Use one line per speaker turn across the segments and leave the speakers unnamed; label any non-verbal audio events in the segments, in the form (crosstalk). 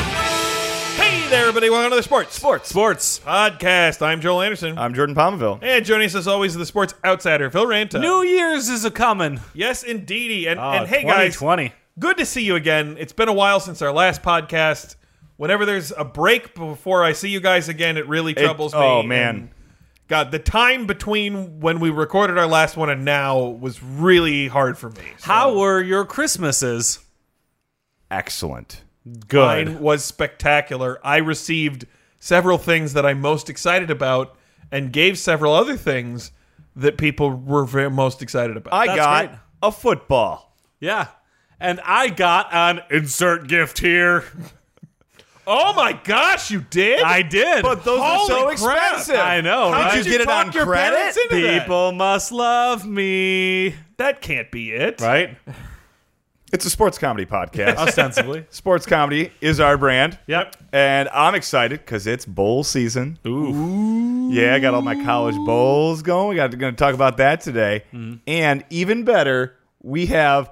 Hey there, everybody. Welcome to the Sports
Sports. Uh, Sports.
Podcast. I'm Joel Anderson.
I'm Jordan Palmville.
and joining us, as always, is the sports outsider, Phil Ranta.
New Year's is a coming.
Yes, indeedy. And,
Oh,
and hey, guys,
2020.
good to see you again. It's been a while since our last podcast. Whenever there's a break before I see you guys again, it really troubles me.
oh, man.
And God, the time between when we recorded our last one and now was really hard for me. So
How were your Christmases?
Excellent.
Good.
Mine was spectacular. I received several things that I'm most excited about and gave several other things that people were very most excited about.
I
That's
got
great.
a football.
Yeah. And I got an insert gift here.
oh my gosh, you did?
I did.
But those are so
Holy crap.
expensive.
I know,
How'd
right?
you get it
talk
on
your
credit?
parents into that?
people must love me.
That can't be it.
Right?
It's a sports
(laughs)
comedy podcast.
Ostensibly.
sports comedy is our brand.
Yep.
And I'm excited because it's bowl season.
Ooh.
Yeah, I got all my college bowls going. We got going to talk about that today.
Mm-hmm.
And even better, we have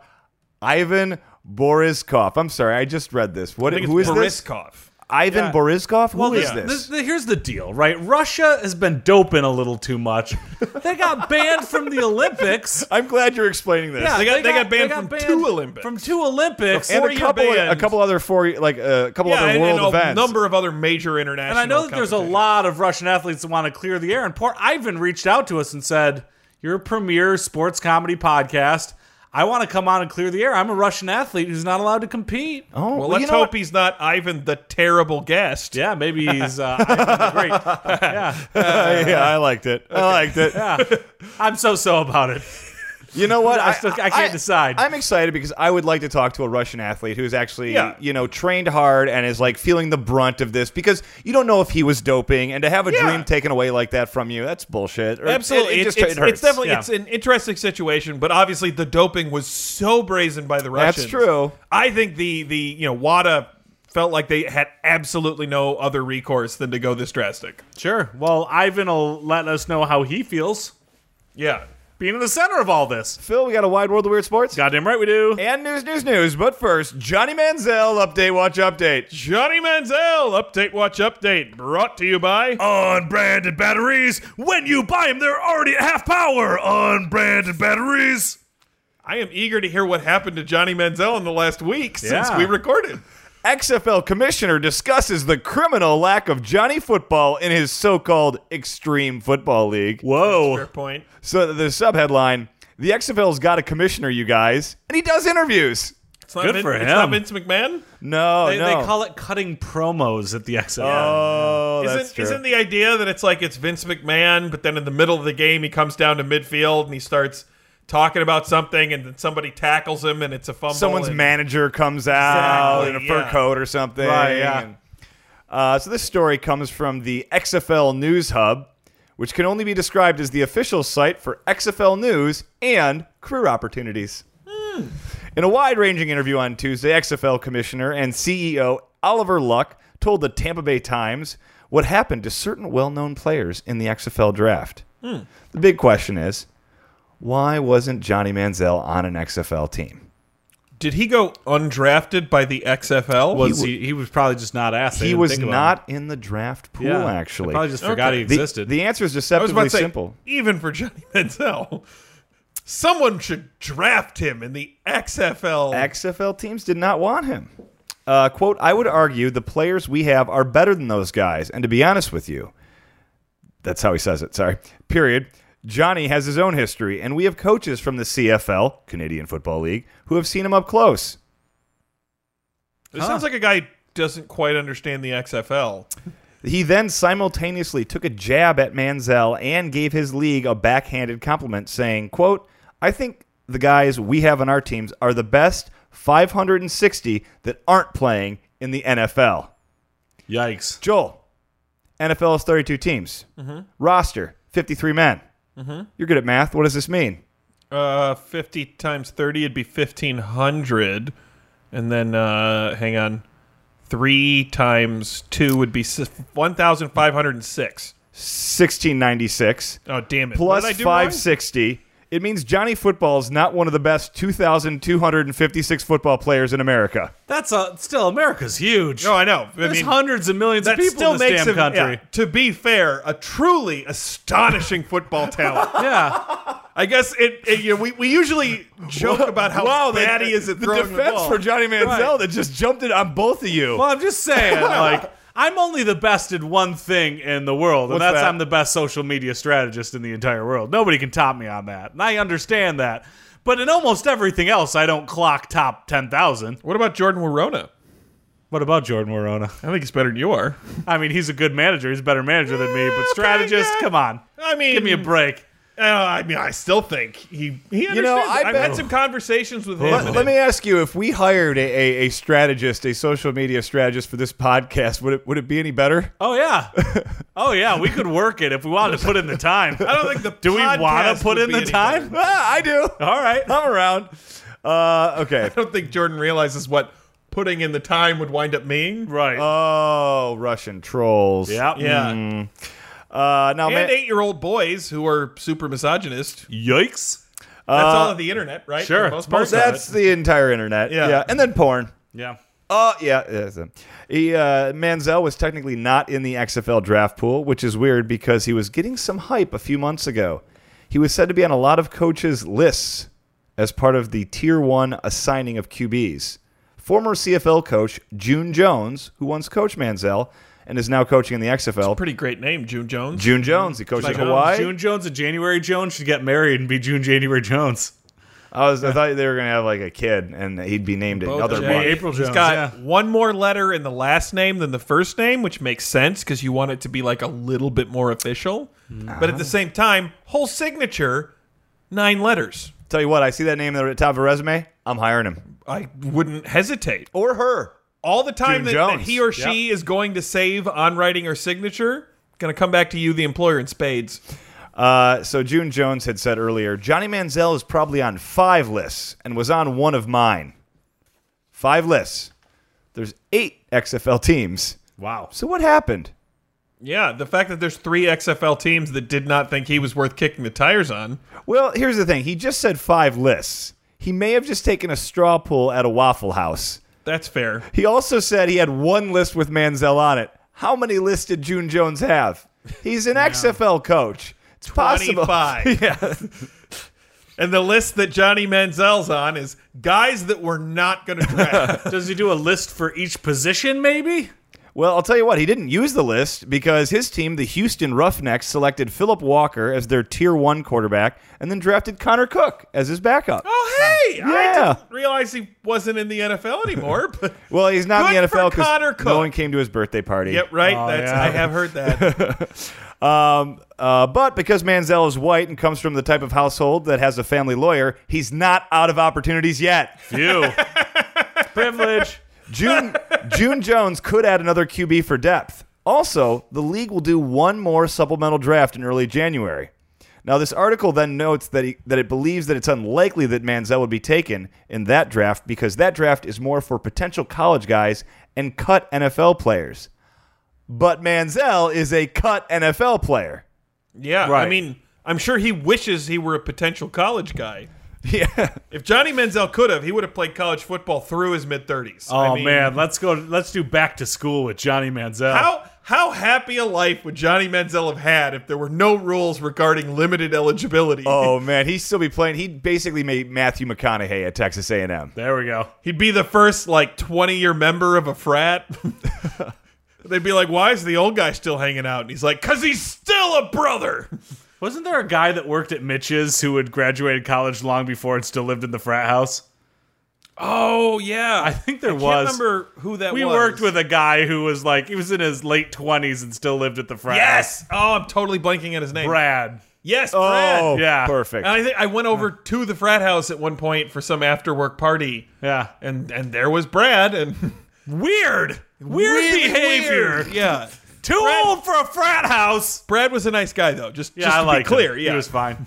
Ivan Boriskov. I'm sorry, I just read this. What?
I think
Who
it's
is this?
Boriskov.
Ivan
Yeah.
Boriskov? Who is
Well, this,
this?
this- the- here's the deal, right? Russia has been doping a little too much. They got banned from the Olympics.
I'm glad you're explaining this.
Yeah,
They got- they got banned from two Olympics.
From two Olympics.
and a
four-year
couple,
bans.
a couple other four, like uh, a couple
Yeah,
other
and,
world
and a
events.
number of other major international.
And I know that there's a
competitions.
lot of Russian athletes that want to clear the air. And poor Ivan reached out to us and said, You're a premier sports comedy podcast. I want to come on and clear the air. I'm a Russian athlete who's not allowed to compete.
Oh,
Well,
you
let's
know
hope
what?
he's not Ivan the terrible guest.
Yeah, maybe he's uh, Ivan the great. Yeah,
yeah, I liked it. I
(laughs)
liked it.
yeah. I'm so so about it.
You know what?
I still- I can't decide.
I'm excited because I would like to talk to a Russian athlete who's actually,
Yeah.
you know, trained hard and is like feeling the brunt of this because you don't know if he was doping and to have a
Yeah.
dream taken away like that from you, that's bullshit. Or-
Absolutely,
it, it
it's,
just
it's-
it hurts.
it's definitely
Yeah.
it's an interesting situation, but obviously the doping was so brazen by the Russians.
That's true.
I think the the you know WADA felt like they had absolutely no other recourse than to go this drastic.
Sure. Well, Ivan will let us know how he feels
Yeah,
being in the center of all this.
Phil, we got a wide world of weird sports
Goddamn right we do.
and news, news, news. But first, Johnny Manziel update, watch update.
Johnny Manziel update watch update brought to you by
Unbranded batteries. When you buy them, they're already at half power. Unbranded batteries.
I am eager to hear what happened to Johnny Manziel in the last week since
Yeah.
we recorded.
XFL commissioner discusses the criminal lack of Johnny football in his so-called extreme football league.
Fair
Whoa.
point.
So the subheadline: The XFL's got a commissioner, you guys, and he does interviews.
It's not
Good
Vin-
for
It's not
him.
Vince McMahon.
No,
They,
no.
they call it cutting promos at the XFL.
oh,
Isn't,
that's true.
isn't the idea that it's like it's Vince McMahon, but then in the middle of the game he comes down to midfield and he starts talking about something, and then somebody tackles him, and it's a fumble.
Someone's
and-
manager comes out
Exactly,
in a fur
yeah.
coat or something.
Right, yeah.
and- Uh, so this story comes from the XFL News Hub, which can only be described as the official site for XFL news and career opportunities.
Hmm.
In a wide ranging interview on Tuesday, XFL Commissioner and CEO Oliver Luck told the Tampa Bay Times what happened to certain well known players in the XFL draft.
Hmm.
The big question is why wasn't Johnny Manziel on an XFL team?
Did he go undrafted by the XFL?
Was he, he was probably just not asked. They
He
didn't
was
think about him.
not in the draft pool,
Yeah. They
actually.
probably just forgot
Okay.
he
the,
existed.
the answer is
I was about
deceptively
to say,
simple.
even for Johnny (laughs) Manziel, someone should draft him in the XFL.
XFL teams did not want him. Uh, quote, I would argue the players we have are better than those guys. And to be honest with you, that's how he says it. Sorry. Period. Johnny has his own history, and we have coaches from the CFL, Canadian Football League, who have seen him up close.
It sounds like a guy who doesn't quite understand the XFL.
He then simultaneously took a jab at Manziel and gave his league a backhanded compliment, saying, quote, I think the guys we have on our teams are the best 560 that aren't playing in the NFL.
Yikes.
Joel, NFL is 32 teams.
Mm-hmm.
Roster, 53 men. You're good at math. What does this mean?
Uh, fifty times thirty, it'd be fifteen hundred, and then uh, hang on, Three times two would be si- 1,506.
1696
Oh, damn it.
plus
What did I do wrong?
560. It means Johnny Football is not one of the best 2,256 football players in America.
That's a, still America's huge.
No, I know. I
There's
mean,
hundreds of millions of
that
people
still
in this
makes
damn
him,
country.
yeah, to be fair, a truly astonishing football
(laughs)
talent.
Yeah.
(laughs) I guess it. it you know, we, we
(laughs)
usually joke about how bad he is at
the
throwing
defense
the ball.
for Johnny Manziel that just jumped it on both of you.
Well, I'm just saying, like, I'm only the best at one thing in the world, and
What's
that's
that?
I'm the best social media strategist in the entire world. Nobody can top me on that, and I understand that. But in almost everything else, I don't clock top ten thousand.
what about Jordan Warona?
What about Oh, Jordan Morona?
I think he's better than you are.
I mean, he's a good manager. He's a better manager than me,
Yeah,
but
okay,
strategist,
yeah.
come on,
I mean,
give me a break.
Uh, I mean, I still think he. he you
know, I
I've
bet-
had some conversations with him.
let,
and
let
it-
me ask you: If we hired a, a, a strategist, a social media strategist for this podcast, would it would it be any better?
Oh yeah, oh yeah, we could work it if we wanted to put in the time.
I don't think the.
Do we want
want
to put in the time?
Ah, I do.
All right.
I'm around. Uh, okay.
I don't think Jordan realizes what putting in the time would wind up meaning.
Right.
Oh, Russian trolls.
yeah.
Yeah,
Hmm. Uh, now, man,
and eight-year-old boys who are super misogynist.
Yikes.
That's all of the internet, right?
sure.
For the most part.
Most of
Uh, that's the entire internet.
Yeah.
And then porn.
Yeah.
Oh, yeah. yes. He, uh, Manziel was technically not in the XFL draft pool, which is weird because he was getting some hype a few months ago. He was said to be on a lot of coaches' lists as part of the tier one assigning of QBs. Former CFL coach June Jones, who once coached Manziel and is now coaching in the XFL.
pretty great name, June Jones.
June Jones, he coached at
Jones,
Hawaii.
June Jones and January Jones should get married and be June January Jones.
I was I thought they were gonna have like a kid and he'd be named another
Jay.
one.
Jay. April
He's
Jones,
got
yeah.
one more letter in the last name than the first name, which makes sense because you want it to be like a little bit more official.
Hmm.
But
Uh-huh.
at the same time, whole signature, nine letters.
Tell you what, I see that name at the top of a resume. I'm hiring him
I wouldn't hesitate.
or her.
All the time that,
June
that
Jones.
he or she is going to save on writing her signature, going to come back to you, the employer, in spades.
Uh, so June Jones had said earlier, Johnny Manziel is probably on five lists and was on one of mine. Five lists. There's eight XFL teams.
Wow.
So what happened?
Yeah, the fact that there's three XFL teams that did not think he was worth kicking the tires on.
Well, here's the thing. He just said five lists. He may have just taken a straw pull at a Waffle House.
That's fair.
He also said he had one list with Manziel on it. How many lists did June Jones have? He's an XFL coach. It's possible.
25.
(laughs) yeah.
And the list that Johnny Manziel's on is guys that we're not going to
(laughs)
draft.
Does he do a list for each position, maybe?
Well, I'll tell you what, he didn't use the list because his team, the Houston Roughnecks, selected Philip Walker as their tier one quarterback and then drafted Connor Cook as his backup.
Oh, hey!
Yeah.
I didn't realize he wasn't in the NFL anymore. (laughs) But
Well, he's not in the
Good for
NFL
Connor
because
Cook.
no one came to his birthday party.
yep, right.
Oh,
That's
yeah.
I have heard
(laughs)
that.
Um, uh, but because Manziel is white and comes from the type of household that has a family lawyer, he's not out of opportunities yet.
(laughs) You. Privilege.
June June Jones could add another QB for depth. Also, the league will do one more supplemental draft in early January. Now, this article then notes that he, that it believes that it's unlikely that Manziel would be taken in that draft because that draft is more for potential college guys and cut NFL players. But Manziel is a cut NFL player. (laughs)
Yeah, I
Right.
mean, I'm sure he wishes he were a potential college guy.
Yeah.
If Johnny Manziel could have, he would have played college football through his mid 30s.
Oh, man. Let's go. Let's do back to school with Johnny Manziel.
How how happy a life would Johnny Manziel have had if there were no rules regarding limited eligibility?
Oh man, he'd still be playing. He basically made Matthew McConaughey at Texas A&M.
There we go.
He'd be the first like 20 year member of a frat. (laughs) They'd be like, "Why is the old guy still hanging out?" And he's like, "Cause he's still a brother." (laughs)
Wasn't there a guy that worked at Mitch's who had graduated college long before and still lived in the frat house?
Oh yeah,
I think there
I
was.
Can't remember who that
we
was.
worked with a guy who was like, he was in his late 20s and still lived at the frat house.
yes. Oh, I'm totally blanking on his name.
Brad.
Yes, Brad.
Oh,
Yeah.
perfect.
And I think I went over to the frat house at one point for some after work party,
Yeah.
and and there was Brad, and (laughs)
Weird. Weird
Really
behavior.
weird. Yeah.
Too old for a frat house.
Brad was a nice guy though. Just,
Yeah,
just
I
to
like
be clear, yeah.
He was fine.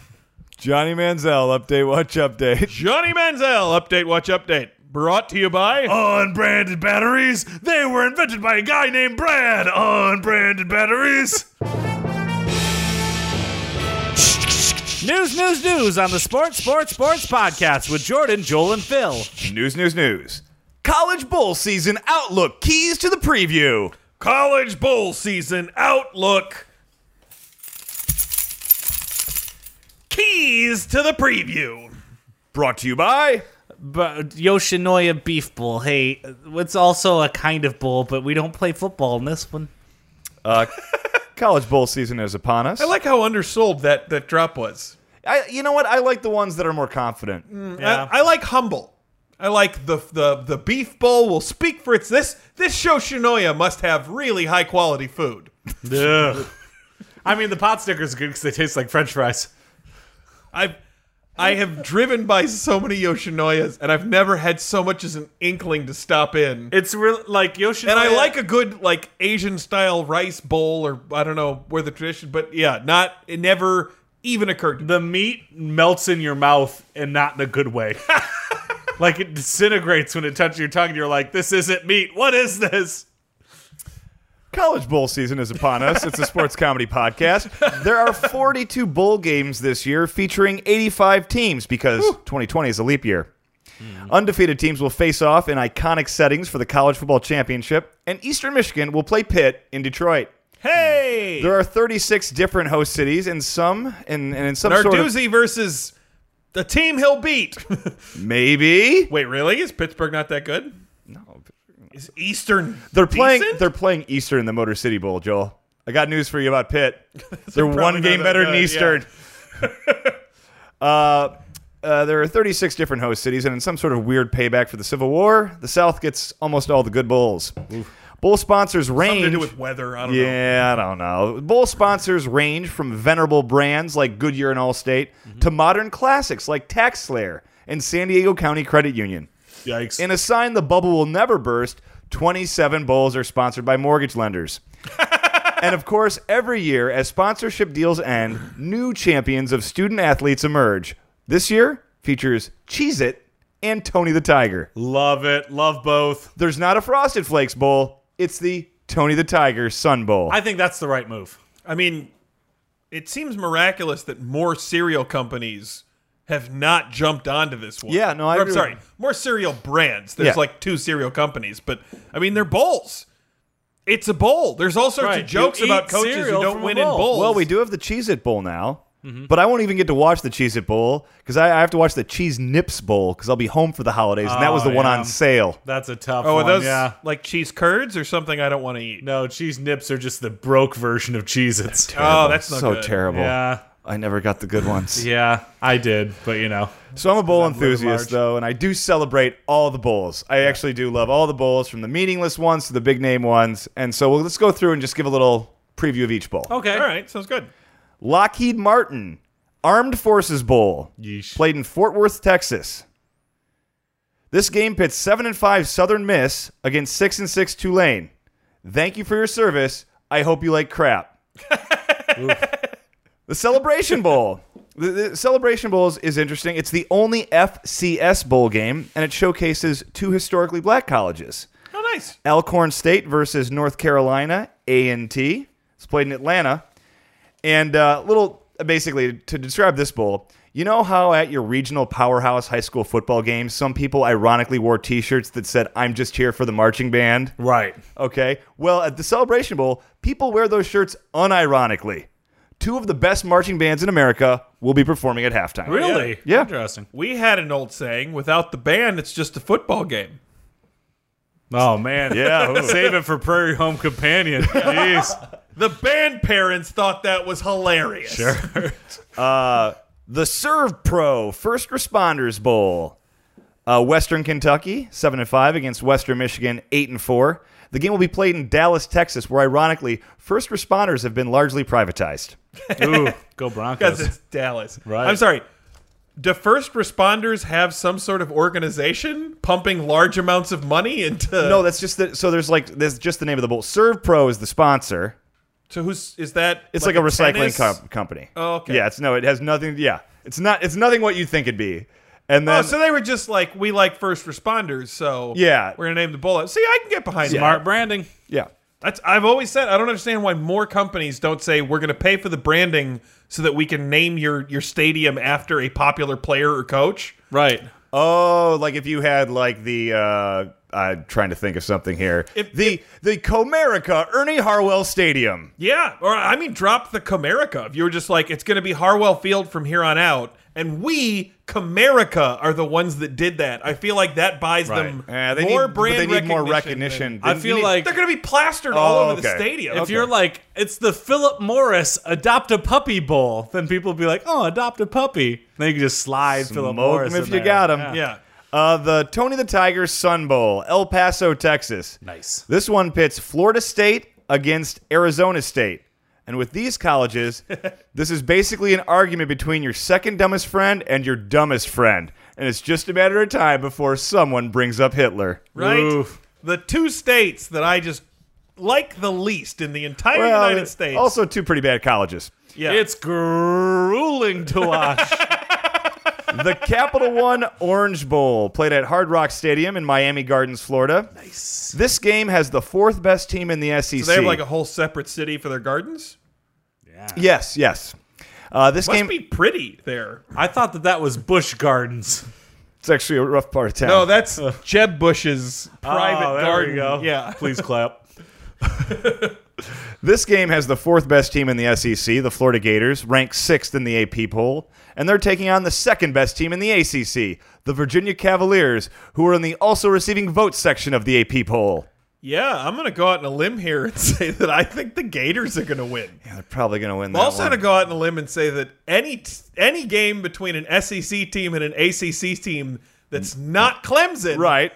Johnny Manziel update. Watch update.
Johnny Manziel update. Watch update. Brought to you by
Oh. Unbranded batteries? They were invented by a guy named Brad. Unbranded batteries. news, news, news on the Sports, Sports, Sports podcast with Jordan, Joel, and Phil.
News, news, news. College bowl season outlook keys to the preview.
College Bowl Season Outlook. Keys to the preview.
Brought to you by
But Yoshinoya Beef Bowl. Hey, it's also a kind of bowl, but we don't play football in this one.
uh, (laughs) College bowl season is upon us.
I like how undersold that, that drop was.
I, you know what? I like the ones that are more confident.
Yeah.
I, I like humble. I like the the the beef bowl will speak for its this this Shoshinoya must have really high quality food.
(laughs) I mean, the pot sticker's good because they taste like french fries.
I've I have driven by so many Yoshinoyas and I've never had so much as an inkling to stop in.
It's real, like Yoshinoya.
And I like a good like Asian style rice bowl or I don't know where the tradition, but yeah, not it never even occurred to me.
the meat melts in your mouth and not in a good (laughs) way. like it disintegrates when it touches your tongue. You're like, this isn't meat. What is this?
College bowl season is upon us. It's a sports comedy podcast. There are 42 bowl games this year featuring 85 teams because 2020 is a leap year. Undefeated teams will face off in iconic settings for the college football championship, and Eastern Michigan will play Pitt in Detroit.
Hey,
There are 36 different host cities, and some and, and in some sort of
Narduzzi versus the team he'll beat.
maybe
(laughs) Wait, really? Is Pittsburgh not that good?
no,
Is Eastern
they're playing
decent?
they're playing Eastern in the Motor City Bowl, Joel. I got news for you about
(laughs)
Pitt. they're
probably
one
not
game
that
better than
good, (laughs)
Eastern. uh, uh, there are 36 different host cities, and in some sort of weird payback for the Civil War, the South gets almost all the good bowls. Bowl sponsors range.
something to do with weather? I don't know.
(laughs) Yeah, I don't know. Bowl sponsors range from venerable brands like Goodyear and Allstate
Mm-hmm.
to modern classics like Tax Slayer and San Diego County Credit Union.
Yikes!
In a sign the bubble will never burst, 27 bowls are sponsored by mortgage lenders. and of course, every year, as sponsorship deals end, new champions of student athletes emerge. This year features Cheez It and Tony the Tiger.
love it. Love both.
There's not a Frosted Flakes Bowl, it's the Tony the Tiger Sun Bowl.
I think that's the right move.
I mean, it seems miraculous that more cereal companies have not jumped onto this one.
Yeah, no, I
Or, I'm
agree
sorry,
with-
more cereal brands. There's
Yeah.
like two cereal companies, but I mean, they're bowls. It's a bowl. There's all sorts
Right.
of jokes
You eat
about coaches
cereal
who
from
don't
a
win
bowl.
in bowls.
Well, we do have the Cheez It Bowl now, but I won't even get to watch the Cheez It Bowl because I, I have to watch the Cheese Nips Bowl because I'll be home for the holidays, and that was
Oh,
the one
yeah.
on sale.
That's a tough
Oh,
one.
are those
yeah.
like cheese curds or something? I don't want to eat.
No, cheese nips are just the broke version of Cheez-Its.
Oh, that's not
so
good.
terrible.
Yeah.
I never got the good ones.
(laughs) Yeah, I did, but you know.
So I'm a bowl
really large.
enthusiast, though, and I do celebrate all the bowls. I actually do love all the bowls, from the meaningless ones to the big name ones. And so we'll, let's go through and just give a little preview of each bowl.
Okay.
All right, sounds good.
Lockheed Martin Armed Forces Bowl,
Yeesh.
played in Fort Worth, Texas. This game pits seven and five Southern Miss against six and six Tulane. Thank you for your service. I hope you like crap. the Celebration Bowl. The, the Celebration Bowls is interesting. It's the only FCS bowl game, and it showcases two historically black colleges.
Oh, nice.
Alcorn State versus North Carolina A and T. It's played in Atlanta, and uh, little basically to describe this bowl. You know how at your regional powerhouse high school football games, some people ironically wore T-shirts that said "I'm just here for the marching band."
Right.
Okay, well at the Celebration Bowl, people wear those shirts unironically. Two of the best marching bands in America will be performing at halftime.
Really?
Oh, Yeah.
Interesting.
We had an old saying: without the band, it's just a football game.
Oh
(laughs)
man.
Yeah.
(laughs) Save it for Prairie
(laughs)
Home Companion. Jeez.
The band parents thought that was hilarious. Sure.
The Serve Pro First Responders Bowl. Uh, Western Kentucky, seven and five against Western Michigan, eight and four. The game will be played in Dallas, Texas, where ironically, first responders have been largely privatized.
Ooh, go
Because
Broncos.
it's Dallas.
Right.
I'm sorry. Do first responders have some sort of organization pumping large amounts of money into?
No, that's just the so there's like that's just the name of the bowl. Serve Pro is the sponsor.
So who's is that?
It's like, a, recycling
tennis-
com- company.
Oh, okay.
Yeah, it's no, it has nothing. Yeah, it's not. It's nothing what you think it'd be. And then
Oh, so they were just like, we like first responders, so
Yeah.
we're gonna name the bullet. See, I can get behind that.
Smart branding.
yeah.
That's I've always said I don't understand why more companies don't say we're going to pay for the branding so that we can name your your stadium after a popular player or coach.
Right.
Oh, like if you had like the uh I'm trying to think of something here.
If-
the the Comerica Ernie Harwell Stadium.
Yeah, or I mean, drop the Comerica. If you were just like it's going to be Harwell Field from here on out, and we Comerica are the ones that did that. I feel like that buys them
Yeah, they
more
need, but
brand
they need
recognition.
more recognition.
than-
I
Didn't-
feel
you need-
like-
they're going to be plastered all
Oh,
over the
okay.
stadium.
If you're like, it's the Philip Morris Adopt a Puppy Bowl, then people be like, oh, adopt a puppy. Then you can just slide Philip
Smoke
Morris.
'em if
in
you
there.
got 'em.
yeah,
Uh, the Tony the Tiger Sun Bowl, El Paso, Texas.
Nice.
This one pits Florida State against Arizona State. And with these colleges, this is basically an argument between your second dumbest friend and your dumbest friend. And it's just a matter of time before someone brings up Hitler.
right.
Oof.
The two states that I just like the least in the entire
Well,
United States.
Also, two pretty bad colleges.
yeah.
It's
(laughs)
grueling to watch.
the
(laughs)
Capital One Orange Bowl played at Hard Rock Stadium in Miami Gardens, Florida. Nice. This game has the fourth best team in the E SEC.
They have like a whole separate city for their gardens.
yes, yes. Uh, this
Must
game
be pretty there.
I thought that that was Bush Gardens.
it's actually a rough part of town.
No, that's Jeb Bush's private
Oh, there
garden.
we go.
Yeah.
Please clap.
This game has the fourth best team in the SEC, the Florida Gators, ranked sixth in the AP poll, and they're taking on the second best team in the ACC, the Virginia Cavaliers, who are in the also receiving votes section of the AP poll.
Yeah, I'm going to go out on a limb here and (laughs) say that I think the Gators are going to win.
Yeah, they're probably going to win that
I'm also
one.
going to go out on a limb and say that any t- any game between an SEC team and an ACC team that's not Clemson,
Mm. right.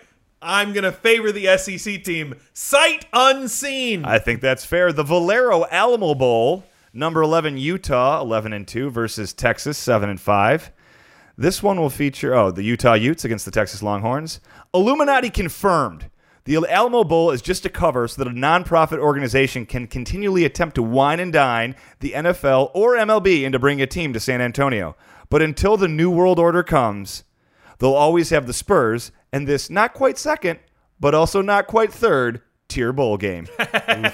I'm going to favor the SEC team sight unseen.
I think that's fair. The Valero Alamo Bowl, number 11 Utah, 11 and 2 versus Texas, 7 and 5. This one will feature oh, the Utah Utes against the Texas Longhorns. Illuminati confirmed. The Alamo Bowl is just a cover so that a nonprofit organization can continually attempt to wine and dine the NFL or MLB into bringing a team to San Antonio. But until the New World Order comes, they'll always have the Spurs and this not quite second, but also not quite third tier bowl game.
I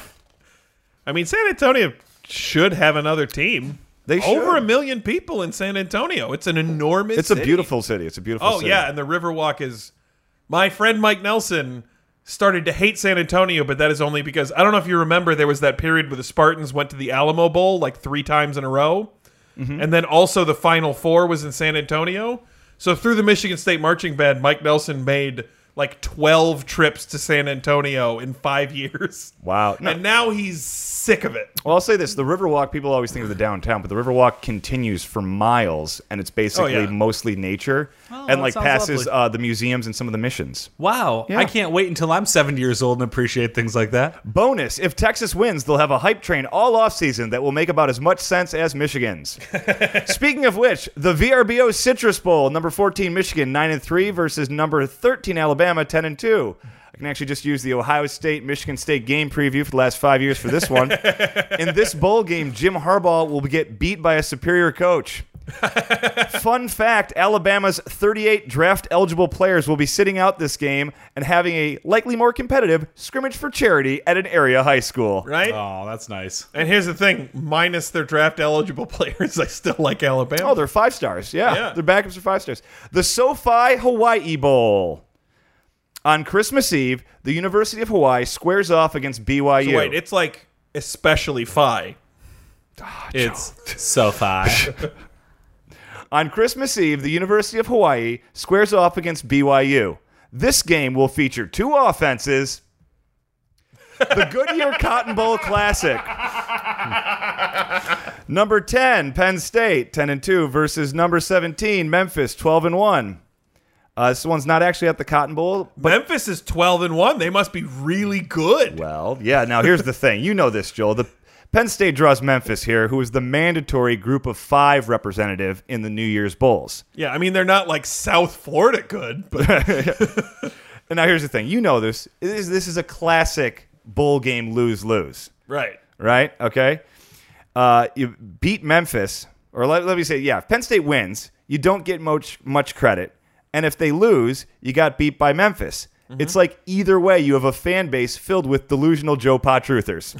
mean, San Antonio should have another team.
They
over
should.
a million people in San Antonio. It's an enormous.
It's a
city.
beautiful city. It's a beautiful
Oh
city.
yeah, and the Riverwalk is. My friend Mike Nelson started to hate San Antonio, but that is only because I don't know if you remember there was that period where the Spartans went to the Alamo Bowl like three times in a row, and then also the Final Four was in San Antonio. So through the Michigan State marching band, Mike Nelson made like twelve trips to San Antonio in five (laughs) years.
Wow. No.
And now he's sick of it.
Well, I'll say this the Riverwalk, people always think of the downtown, but the Riverwalk continues for miles, and it's basically
Oh, yeah.
mostly nature
Oh, that
and like
sounds
passes
lovely.
uh, the museums and some of the missions.
Wow. I can't wait until I'm 70 years old and appreciate things like that.
Bonus if Texas wins, they'll have a hype train all offseason that will make about as much sense as Michigan's. (laughs) Speaking of which, the VRBO Citrus Bowl, number 14 Michigan 9 and 3 versus number 13 Alabama 10 and 2. I can actually just use the Ohio State Michigan State game preview for the last 5 years for this one. In this bowl game, Jim Harbaugh will get beat by a superior coach. Fun fact Alabama's 38 draft eligible players will be sitting out this game and having a likely more competitive scrimmage for charity at an area high school.
Right?
Oh, that's nice.
And here's the thing: minus their draft eligible (laughs) players, I still like Alabama.
Oh, they're five stars. Yeah.
Yeah.
Their backups are five stars. The SoFi Hawaii Bowl. On Christmas Eve, the University of Hawaii squares off against BYU.
Wait, it's like especially Phi.
It's so fine.
On Christmas Eve, the University of Hawaii squares off against BYU. This game will feature two offenses. The
(laughs)
Goodyear Cotton Bowl Classic. number 10, Penn State, 10 and 2 versus number 17, Memphis, 12 and 1. Uh, this one's not actually at the Cotton Bowl,
Memphis is 12 and 1. They must be really good.
Well, yeah. Now here's the thing. You know this, Joel. The Penn State draws Memphis here, who is the mandatory Group of Five representative in the New Year's bowls.
Yeah, I mean they're not like South Florida good, but
(laughs)
And now here's the thing. You know this. This, this is a classic bowl game lose lose.
right.
Right? Okay. Uh, you beat Memphis, or let, let me say, yeah. If Penn State wins, you don't get much much credit. And if they lose, you got beat by Memphis. It's like either way, you have a fan base filled with delusional Joe Pot truthers.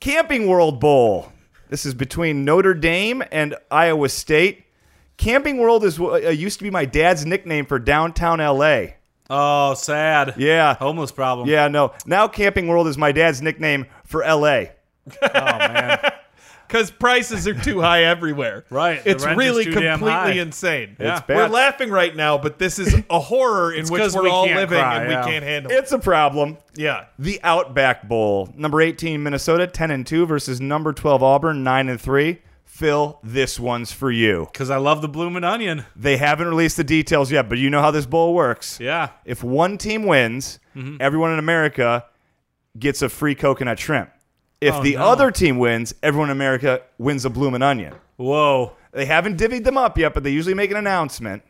Camping World Bowl. This is between Notre Dame and Iowa State. Camping World is wh- uh, used to be my dad's nickname for downtown LA.
(laughs) Oh, sad.
Yeah.
Homeless problem.
Yeah, no. Now Camping World is my dad's nickname for LA.
Oh, man.
because prices are too high everywhere.
(laughs) Right, the
It's
rent is
really
too damn high.
completely insane.
It's
We're
bad.
laughing right now, but this is a horror in which
'cause
we're
we
all
can't
living
cry,
and
yeah.
we can't handle. it.
It's a problem.
Yeah.
The Outback Bowl, number 18 Minnesota 10 and 2 versus number 12 Auburn 9 and 3. Phil, this one's for you.
Because I love the bloomin' onion.
They haven't released the details yet, but you know how this bowl works.
Yeah. Mm-hmm.
If one team wins, everyone in America gets a free coconut shrimp. If the
Oh, no.
other team wins, everyone in America wins a bloomin' onion.
Whoa.
They haven't divvied them up yet, but they usually make an announcement.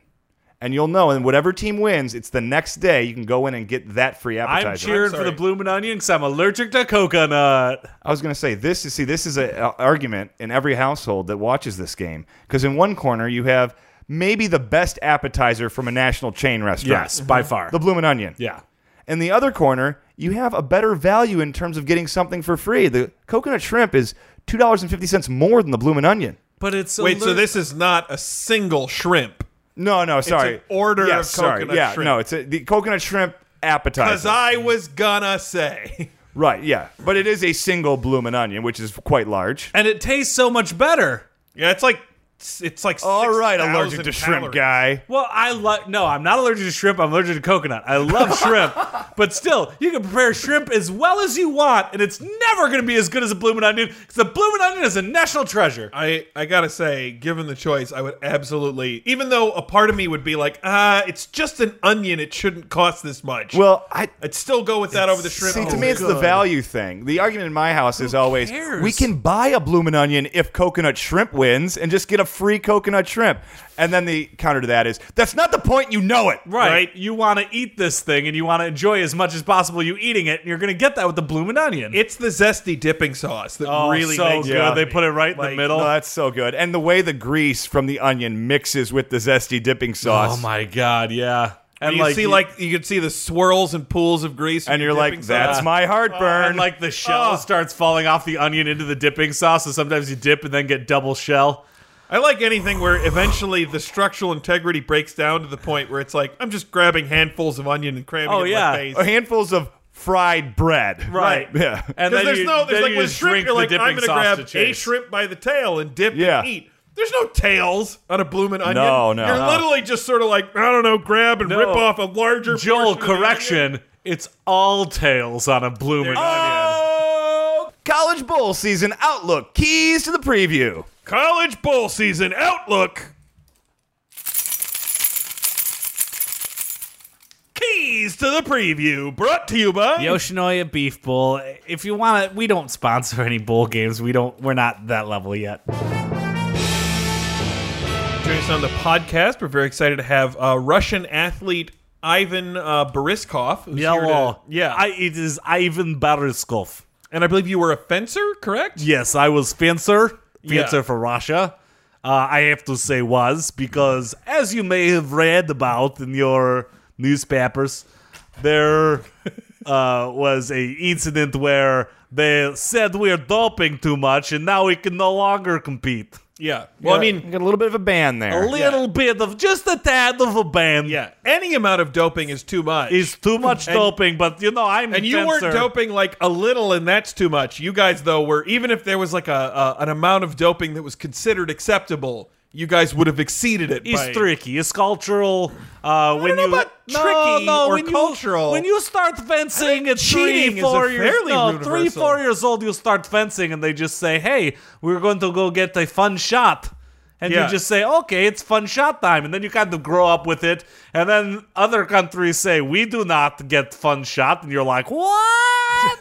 And you'll know, and whatever team wins, it's the next day you can go in and get that free appetizer.
I'm cheering for
sorry.
the bloomin' onion because I'm allergic to coconut.
I was going to say this is see this is an argument in every household that watches this game because in one corner you have maybe the best appetizer from a national chain restaurant,
Yes, by far.
the Bloomin' Onion.
yeah.
In the other corner, you have a better value in terms of getting something for free. The coconut shrimp is two dollars and fifty cents more than the Bloomin' Onion.
But it's
Wait, so
aller-
this is not a single shrimp.
No, no, sorry.
an order of
yes, sorry.
coconut
yeah,
shrimp.
no, it's a, the coconut shrimp
Because
appetizer.
I was gonna say. (laughs)
right, yeah, but it is a single Bloomin' Onion, which is quite large.
and it tastes so much better.
Yeah, it's like it's like
All right,
6,000
allergic to shrimp
calories.
guy.
Well, I love no, I'm not allergic to shrimp. I'm allergic to coconut.
(laughs)
I love shrimp, but still, you can prepare shrimp as well as you want, and it's never going to be as good as a bloomin' onion because the bloomin' onion is a national treasure.
I, I gotta say, given the choice, I would absolutely, even though a part of me would be like, ah, it's just an onion, it shouldn't cost this much.
Well, I
I'd still go with that over the shrimp.
Oh
See, to
only.
me, it's the value thing. The argument in my house is always
cares?
we can buy a bloomin' onion if coconut shrimp wins and just get a free coconut shrimp. And then the counter to that is that's not the point, you know it.
Right. You want to eat this thing and you want to enjoy as much as possible you eating it, and you're going to get that with the bloomin' onion.
It's the zesty dipping sauce that
Oh,
really
so
makes
good.
out of
They
me.
put it right in
Like,
the middle.
Oh, that's so good. And the way the grease from the onion mixes with the zesty dipping
oh
sauce.
my god, yeah. And
You
like
see, (laughs) like you can see the swirls and pools of grease,
And you're like,
dipping
that's
sauce.
my heartburn.
and like the shell
Oh.
starts falling off the onion into the dipping sauce, so sometimes you dip and then get double shell.
I like anything where eventually the structural integrity breaks down to the point where it's like I'm just grabbing handfuls of onion and cramming
Oh,
it
yeah.
in my
Or
face.
handfuls of fried bread.
Right.
Yeah.
Because
And then
there's
you,
no, there's
then
like
you
with
just
shrimp,
drink
you're
the
like
dipping
I'm gonna
sauce
grab
to
a
chase.
shrimp by the tail and dip
Yeah.
and eat. There's no tails on a bloomin' onion.
No, no.
You're
No.
literally just sort of like I don't know, grab and
No.
rip off a larger.
Joel,
portion of the onion.
correction. It's all tails on a bloomin' onion.
Oh, college bowl season outlook. Keys to the preview.
College bowl season outlook.
Oh,
Keys to the preview brought to you by
Yoshinoya Beef Bowl. If you want to, we don't sponsor any bowl games. We don't. We're not that level yet.
Joining us on the podcast, we're very excited to have uh, Russian athlete Ivan uh, Boriskov. who's
Yeah,
here to-
well,
yeah.
I, it is Ivan Baryskov.
and I believe you were a fencer, correct?
Yes, I was fencer,
Yeah.
fencer for Russia. Uh, I have to say was because, as you may have read about in your newspapers, there
(laughs)
uh, was a incident where they said we're doping too much, and now we can no longer compete.
Yeah. Well, I
You
mean,
got a little bit of a band there.
A little bit of just a tad of a ban
yeah. Any amount of doping is too much.
is too much
And-
doping, but you know I'm
and you weren't
fencer.
doping like a little, and that's too much. You guys, though, were even if there was like a, a an amount of doping that was considered acceptable, you guys would have exceeded it.
It's
by-
tricky. It's cultural. Uh, when
know
you
about tricky or
when you-
cultural.
when you start fencing at
cheating
three,
is
four
a
years,
fairly
no, three,
universal-
four years old, you start fencing, and they just say, "Hey, we're going to go get a fun shot." And
Yeah.
you just say, okay, it's fun shot time. And then you kind of grow up with it. And then
(laughs)
other countries say, we do not get fun shot. And you're like, what?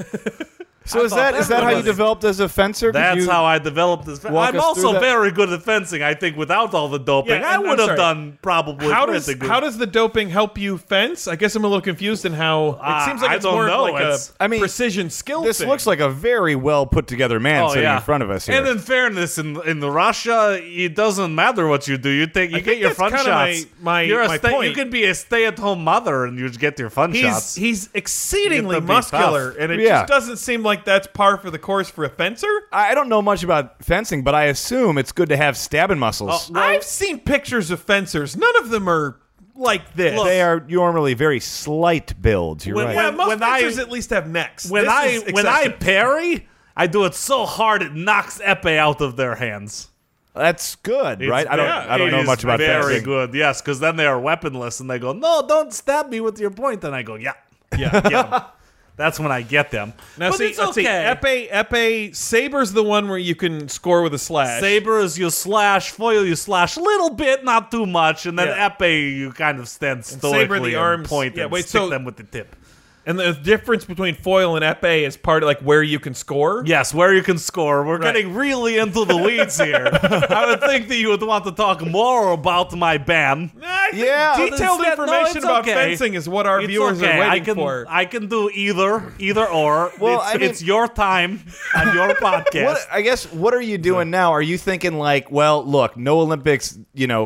So is
thought
that is that how you
everybody-
developed as a fencer? 'Cause
That's
you-
how I developed this.
walk
I'm
us through
also
that?
very good at fencing. I think without all the doping,
and
I
I'm
would have
sorry.
done probably
How
pretty
does
good.
how does the doping help you fence? I guess I'm a little confused in how
Uh,
it seems like
I
it's
don't
more of
know.
like a
It's-
I mean,
precision skill.
This
thing.
looks like a very well put together man
Oh,
sitting
yeah.
in front of us here.
And in fairness, in in Russia, it doesn't matter what you do. You take you get
think
your
that's
fun shots.
kinda my- my-
You're a
my
stay- You
point.
can be a stay-at-home mother and you get your fun
he's
shots.
he's
You
exceedingly
get the big
muscular,
buff.
and it
Yeah.
just doesn't seem like that's par for the course for a fencer.
I I don't know much about fencing, but I assume it's good to have stabbing
Oh,
muscles.
I've seen pictures of fencers. None of them are like this.
they are normally very slight builds. You're
When-
right.
yeah, most
when I-
fencers at least have necks.
when
This
I
is
when I
excessive.
parry, I do it so hard it knocks epee out of their hands.
That's good,
It's
right? I don't.
ve-
I don't
it
know
is
much about
very
fencing.
good. Yes, because then they are weaponless and they go, "No, don't stab me with your point." And I go, "Yeah,
yeah.
yeah." (laughs) That's when I get them.
Now
but
see,
it's
let's see.
okay.
Epee, epee, saber's the one where you can score with a slash.
Saber is you slash, foil you slash a little bit, not too much, and then
Yeah.
epee you kind of stand stoically
saber, the
and
arms-
point
yeah,
and
wait,
stick
so-
them with the tip.
and the difference between foil and epee is part of like where you can score.
Yes, where you can score. We're getting really into the weeds
(laughs)
here. I would think that you would want to talk more about my ban.
I think
Yeah.
detailed
Instead- no,
information
it's
about
okay.
fencing is what our
It's
viewers
okay.
are waiting
I can,
for.
I can do either, either or.
Well,
it's,
I mean-
it's your time and
(laughs)
your podcast.
What I guess what are you doing now? Are you thinking like, well, look, no Olympics, you know,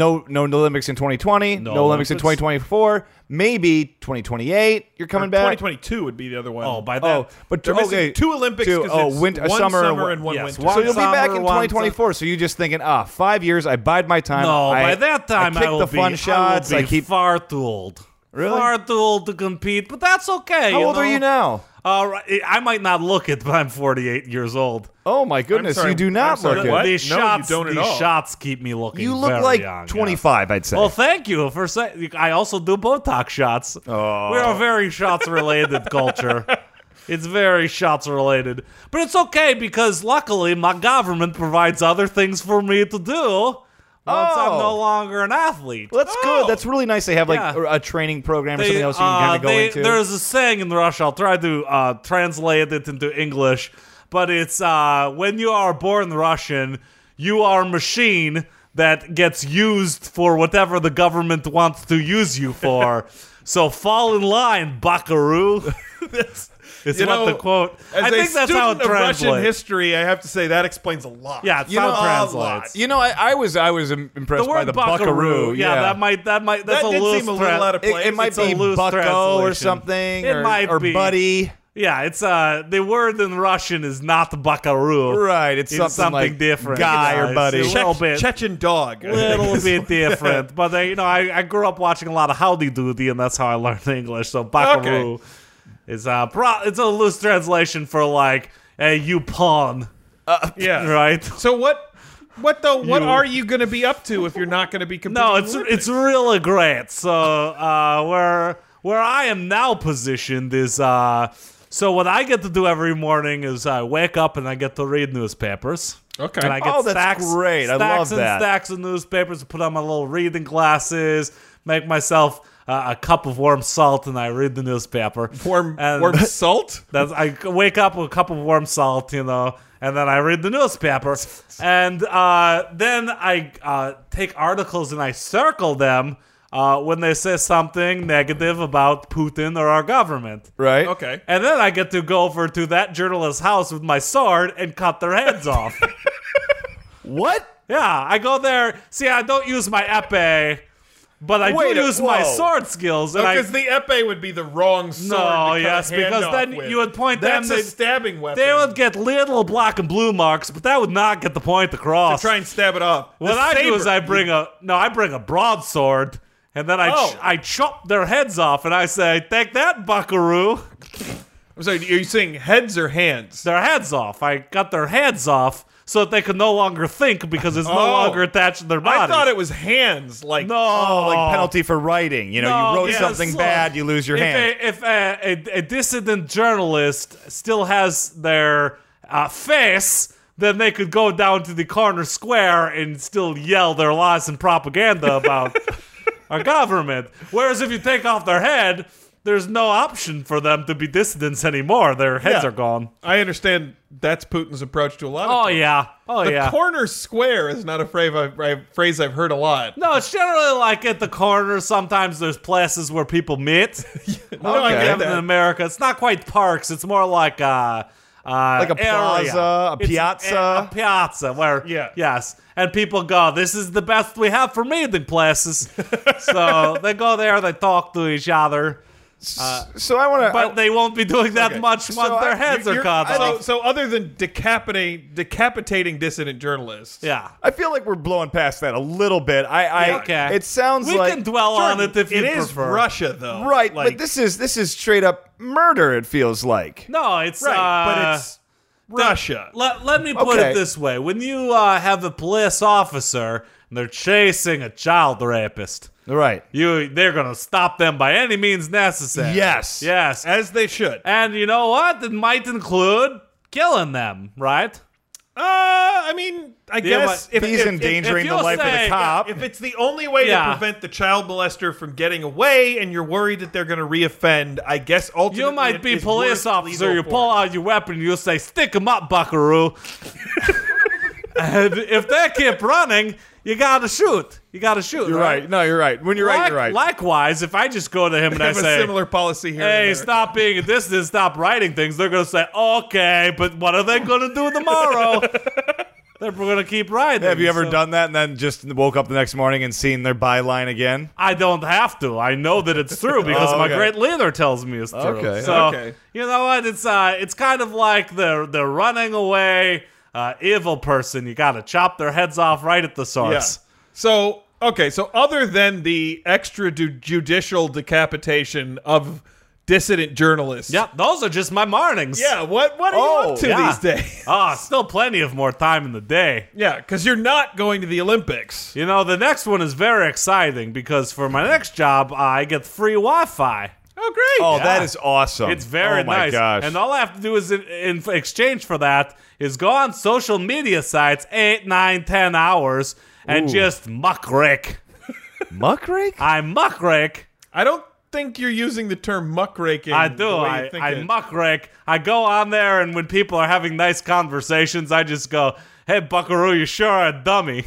no no Olympics in 2020, no, Olympics in
Olympics.
2024, maybe 2028. You're coming back.
2022 would be the other one.
oh, by that.
Oh, but
They're missing
okay.
two Olympics.
Two-
'cause
oh,
it's
winter-
one
summer and one-
and one
yes,
winter.
one
so you'll be
summer,
back in
one
2024. So you're just thinking, ah, five years. I bide my time.
No,
I,
by that time
I,
I,
kick
will
the fun
be,
shots.
I, will be
keep.
far too old.
Really?
Far too old to compete, but that's okay.
How old are you
know?
now?
All right, I might not look it, but I'm 48 years old.
Oh my goodness,
sorry,
you do
I'm
not
sorry,
look
what?
it.
No, you
These shots,
don't at
these
all.
shots keep me looking.
You look
very
like
young, yeah.
25, I'd say.
Well, thank you for saying. I also do Botox shots.
Oh.
We're a very shots
(laughs)
related culture. It's very shots related, but it's okay because luckily my government provides other things for me to do. Once
Oh.
I'm no longer an athlete.
Well, that's
Oh.
good. That's really nice. They have like
Yeah.
a- a training program or
They-
something else you can
uh,
kind of go
they-
into.
There's a saying in Russia. I'll try to uh, translate it into English, but it's uh, when you are born Russian, you are a machine that gets used for whatever the government wants to use you for. so fall in line, buckaroo. (laughs) It's
you
not
know,
the quote.
As
I
a
think that's how it
student of Russian
translates.
history, I have to say that explains a lot.
Yeah, it's
You
how
know,
it
a
translates.
You know, I, I was I was im- impressed
The
by
word
the
buckaroo, yeah, that might that might that's
that
a
did
loose
seem a
tra-
little out of
it,
place.
it might
It's a
be
a loose
bucko or
translation.
something,
It
or,
might
or
be.
buddy.
Yeah, it's uh the word in Russian is not buckaroo.
Right, it's something like
different.
guy or
it's
buddy.
A little
Czech-
bit,
Chechen dog. I think. (laughs)
little bit different. But uh, you know, I, I grew up watching a lot of Howdy Doody, and that's how I learned (laughs) English. So buckaroo is uh pro- it's a loose translation for like hey, you pawn,
Yeah.
right?
So what? What though? What
You-
are you going to be up to if you're not going to be competing?
No,
in
it's
the Olympics?
it's really great. So uh, where where I am now positioned is uh, so what I get to do every morning is I wake up and I get to read newspapers.
Okay.
And I get
Oh, that's
stacks,
great. I
Stacks
love
and
that.
Stacks of newspapers. I put on my little reading glasses. Make myself uh, a cup of warm salt, and I read the newspaper.
warm,
(laughs) And-
warm salt.
that's I wake up with a cup of warm salt, you know, and then I read the newspaper, and uh, then I uh, take articles and I circle them uh, when they say something negative about Putin or our government.
Right.
Okay.
And then I get to go over to that journalist's house with my sword and cut their
(laughs)
heads off.
What?
Yeah, I go there. See, I don't use my epee, but I
Wait
do
a-
use my
whoa.
sword skills. And I,
Because the epee would be the wrong sword. to
No,
cut
yes,
a hand
because
off
then
with.
you would point
That's
them,
a
they'd-
stabbing weapon.
They would get little black and blue marks, but that would not get the point across.
try and stab it off.
what
The
I do
saber-
is I bring a no, I bring a broadsword, and then I ch-
Oh.
I chop their heads off, and I say, "Take that, buckaroo!"
I'm sorry. Are you saying heads or hands?
Their heads off. I cut their heads off so that they can no longer think because it's
Oh.
no longer attached to their body.
I thought it was hands. Like
no,
Oh, like penalty for writing. You know, you wrote
yes,
something
look,
bad, you lose your
Oh, if
hand.
A, if a, a, a dissident journalist still has their uh, face, then they could go down to the corner square and still yell
(laughs)
their lies and propaganda about our government. Whereas if you take off their head, there's no option for them to be dissidents anymore. Their heads
Yeah.
are gone.
I understand that's Putin's approach to a lot of
Oh
things.
yeah. Oh
The
yeah.
corner square is not a phrase I've, I've- phrase I've heard a lot.
no, it's generally like at the corner. Sometimes there's places where
(laughs)
people meet.
No, I
Okay.
get
in
that.
America. It's not quite parks. It's more like a uh,
Like a
area.
plaza, a
It's
piazza.
a, a piazza where
Yeah.
yes, and people go. This is the best we have for
(laughs)
meeting places. so they go there. They talk to each other,
so I want to.
but they won't be doing that
okay.
much once
Oh. So
their
I-
heads
you're-
are cut
I
So,
off.
so other than decapitating decapitating dissident journalists,
Yeah.
I feel like we're blowing past that a little bit. I, I
Okay.
it sounds
we
like
can dwell on
Jordan,
it if you
it is
prefer.
Russia though,
right,
Like,
but this is this is straight up murder. It feels like
No, it's
right,
uh,
but it's Russia.
Let, let me put
Okay.
it this way: when you uh, have a police officer and they're chasing a child rapist,
right.
you they're gonna stop them by any means necessary.
Yes.
yes,
as they should. Uh,
and you know what? It might include killing them, right?
Uh, I mean, I guess
but
if
he's
if- if-
endangering
if
the
you'll
life of the
say-
cop.
If it's the only way
Yeah.
to prevent the child molester from getting away, and you're worried that they're going to reoffend, I guess ultimately
You might
it
be
is
police
worth
officer.
lethal
You
force.
pull out your weapon. You say, "Stick 'em up, Buckaroo." (laughs) and if they keep running, you gotta shoot. You gotta shoot.
You're right. No, you're right. When you're right,
Like-
you're right.
Likewise, if I just go
(laughs)
to him and
They
I
have
say,
a similar policy here. in
"Hey,
America.
stop being a dissident, stop writing things," they're gonna say, "Okay, but what are they gonna do tomorrow?"
(laughs)
they're gonna keep writing.
Have you ever
so-
done that and then just woke up the next morning and seen their byline again?
I don't have to. I know that it's true
(laughs)
because
Oh,
my
okay.
great leader tells me it's true.
Okay,
So
okay.
you know what? It's uh, it's kind of like the the running away uh, evil person. You gotta chop their heads off right at the
Yeah.
source.
So okay, so other than the extrajudicial decapitation of dissident journalists,
Yep, those are just my mornings.
yeah. What what are you
Oh,
up to
Yeah.
these days?
Ah, still plenty of more time in the day.
(laughs) yeah, because you're not going to the Olympics.
You know, the next one is very exciting because for my next job, I get free Wi Fi.
Oh, great!
Oh,
Yeah.
that is awesome.
It's very
oh my
nice.
Gosh.
And all I have to do is, in, in exchange for that, is go on social media sites eight, nine, ten hours and
Ooh.
just muckrake.
muckrake?
I muckrake.
I don't think you're using the term muckraking.
I
the
do.
way you
I,
think
I
it.
muckrake. I go on there, and when people are having nice conversations, I just go, hey, Buckaroo, you sure are a dummy.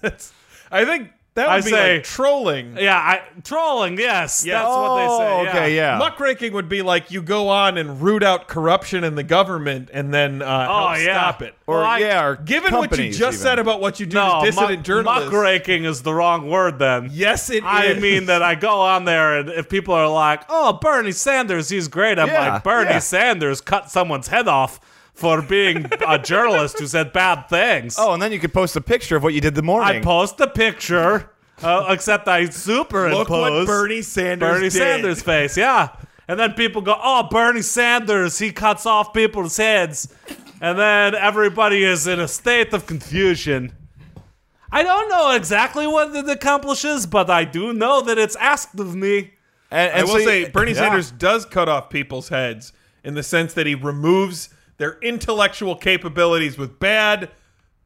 That's- I think that would
I
be
say-
like trolling.
yeah, I trolling, yes.
Yeah.
That's
oh,
what they say.
okay, yeah.
Muckraking would be like you go on and root out corruption in the government and then uh,
Oh,
help
yeah.
stop it.
Or
Well, I-
yeah, or
Given what you
companies
just
even.
said about what you do
No,
as dissident
muck-
journalists,
muckraking is the wrong word then.
yes, it is.
I mean that I go on there and if people are like, "Oh, Bernie Sanders, he's great," I'm
Yeah,
like, "Bernie
yeah.
Sanders cut someone's head off for being
(laughs)
a journalist who said bad things."
Oh, and then you could post a picture of what you did the
I
morning.
post the picture, uh, except I superimpose
look what Bernie Sanders
Bernie
did.
Sanders face, yeah. And then people go, "Oh, Bernie Sanders, he cuts off people's heads," and then everybody is in a state of confusion. I don't know exactly what it accomplishes, but I do know that it's asked of me.
and,
I
and
will
so you-
say Bernie
yeah.
Sanders does cut off people's heads in the sense that he removes their intellectual capabilities with bad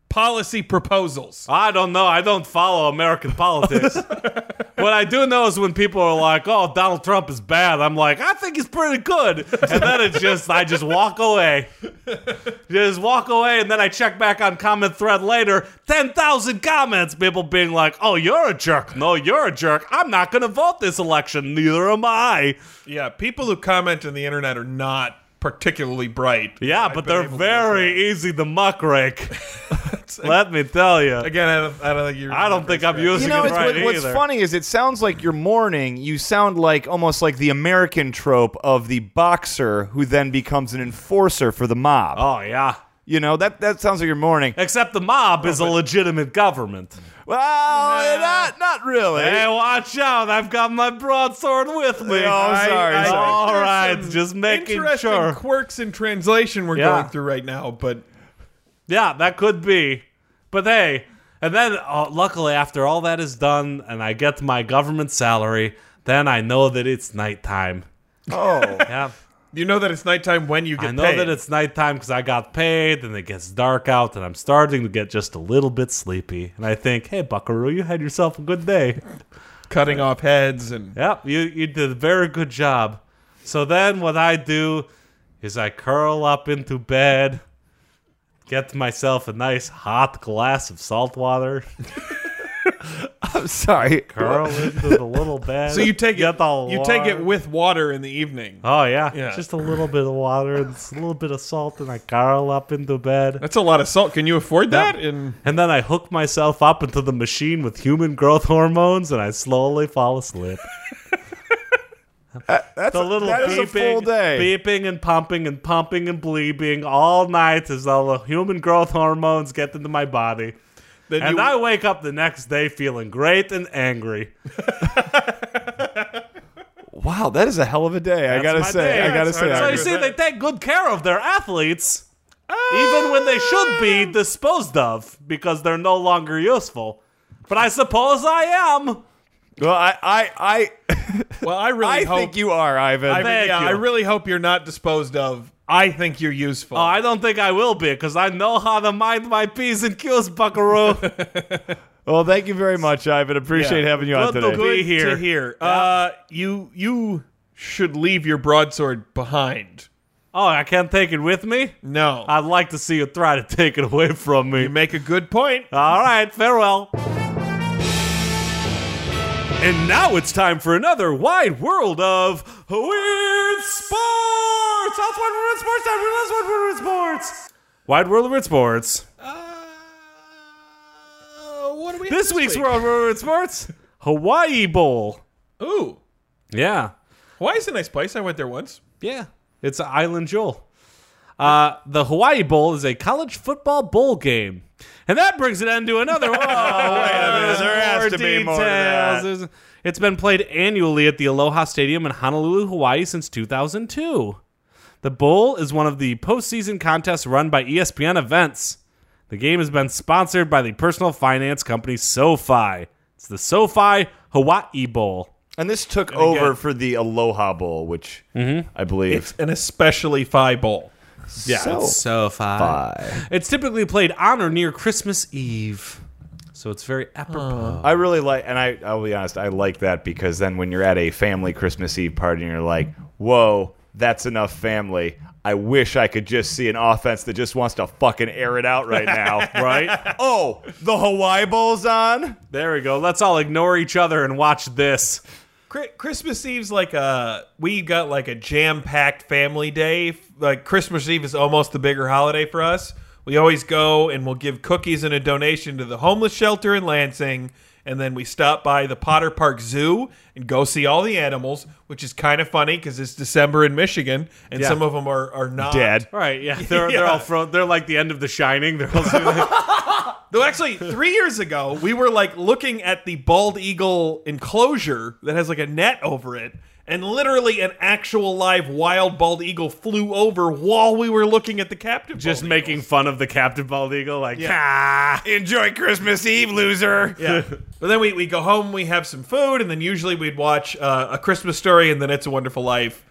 policy proposals.
I don't know. I don't follow
(laughs)
American politics. what I do know is when people are like, "Oh, Donald Trump is bad," I'm like, "I think he's pretty good," and then it's just I just walk away, just walk away, and then I check back on comment thread later. Ten thousand comments, people being like, "Oh, you're a jerk." No, you're a jerk. I'm not going to vote this election. Neither am I.
Yeah, people who comment on the internet are not particularly bright.
Yeah,
I've
but
been
they're
able to
very easy
(laughs)
to muckrake. Let me tell you.
Again, I don't, I don't think you're.
I don't think I'm
You
using
know,
it
it's,
right
what, what's
either.
funny is it sounds like your morning. You sound like almost like the American trope of the boxer who then becomes an enforcer for the mob.
Oh yeah.
You know that that sounds like
(laughs)
your morning.
Except the mob is a legitimate government.
Well, eh,
Yeah.
not not really.
Hey, watch out! I've got my broadsword with me.
Oh,
I-
sorry,
I
sorry.
think
All
there's
right,
some
just making
interesting
sure.
quirks in translation we're
Yeah.
going through right now, but
Yeah, that could be. But hey, and then uh, luckily after all that is done and I get my government salary, then I know that it's nighttime.
Oh,
(laughs) Yeah,
you know that it's nighttime when you get
I know
paid.
that it's nighttime because I got paid and it gets dark out and I'm starting to get just a little bit sleepy. And I think, hey, Buckaroo, you had yourself a good day.
cutting off heads and
Yep, you, you did a very good job. So then what I do is I curl up into bed, get myself a nice hot glass of salt water,
(laughs) I'm sorry.
curl into the little bed.
so you take
get
it
the
you take it
warm-
with water in the evening.
Oh yeah.
Yeah.
just a little bit of water and just a little bit of salt, and I curl up into bed,
That's a lot of salt. Can you afford that? And
and then I hook myself up into the machine with human growth hormones, and I slowly fall asleep.
That's
the little
that is
beeping,
a full day.
beeping and pumping and pumping and bleeping all night as all the human growth hormones get into my body.
then
And
you,
(laughs) I wake up the next day feeling great and angry.
Wow, that is a hell of a day. I
That's
gotta
my
say.
day.
I gotta
That's
say.
hard
So
I Ah.
you
agree.
see, they take good care of their athletes, even when they should be disposed of because they're no longer useful. But I suppose I am.
well, I, I, I,
well, I really
I
hope
think you are, Ivan.
I,
Thank
yeah,
you.
I really hope you're not disposed of. I think you're useful.
Oh, I don't think I will be because I know how to mind my p's and
(laughs)
q's, Buckaroo.
well, thank you very much, Ivan. Appreciate
Yeah.
having you on
Good
today.
to be
to
here.
hear. Uh, you you should leave your broadsword behind.
oh, I can't take it with me.
No,
I'd like to see you try to take it away from
you
me.
make a good point.
All right, farewell. And now it's time for another wide world of weird sports. That's wide world of sports. Time for that's wide world of sports. Wide world of weird sports.
Uh, what do we? have
This week's
week?
world of weird sports: Hawaii Bowl.
Ooh,
Yeah,
Hawaii's a nice place. I went there once.
yeah. It's an island jewel. Uh, the Hawaii Bowl is a college football bowl game, and that brings it end to
(laughs)
another. Oh, wait
a minute. There has to be more to that.
details. There's- It's been played annually at the Aloha Stadium in Honolulu, Hawaii since 2002. The Bowl is one of the postseason contests run by E ESPN Events. The game has been sponsored by the personal finance company SoFi. It's the SoFi Hawaii Bowl.
And this took over
again-
for the Aloha Bowl, which I believe.
It's an especially fi bowl.
yeah,
SoFi. It's typically played on or near Christmas Eve. So it's very apropos.
I really like, and I, I'll be honest, I like that because then when you're at a family Christmas Eve party and you're like, whoa, that's enough family. I wish I could just see an offense that just wants to fucking air it out right now.
right?
oh, the Hawaii Bowl's on?
There we go. Let's all ignore each other and watch this.
Chri- Christmas Eve's like a we got like a jam-packed family day. Like Christmas Eve is almost the bigger holiday for us. We always go and we'll give cookies and a donation to the homeless shelter in Lansing, and then we stop by the Potter Park Zoo and go see all the animals, which is kind of funny because it's December in Michigan and
Yeah.
some of them are are not
Dead.
All right, yeah. They're, they're all fro- they're like the end of The Shining. They're all
(laughs)
Though actually, three years ago, we were like looking at the bald eagle enclosure that has like a net over it, and literally an actual live wild bald eagle flew over while we were looking at the captive.
just
bald
making fun of the Captain Bald Eagle. Like, ah.
(laughs) Enjoy Christmas Eve, loser.
eagle. yeah. But then we we go home, we have some food, and then usually we'd watch uh, a Christmas story, and then It's a Wonderful Life.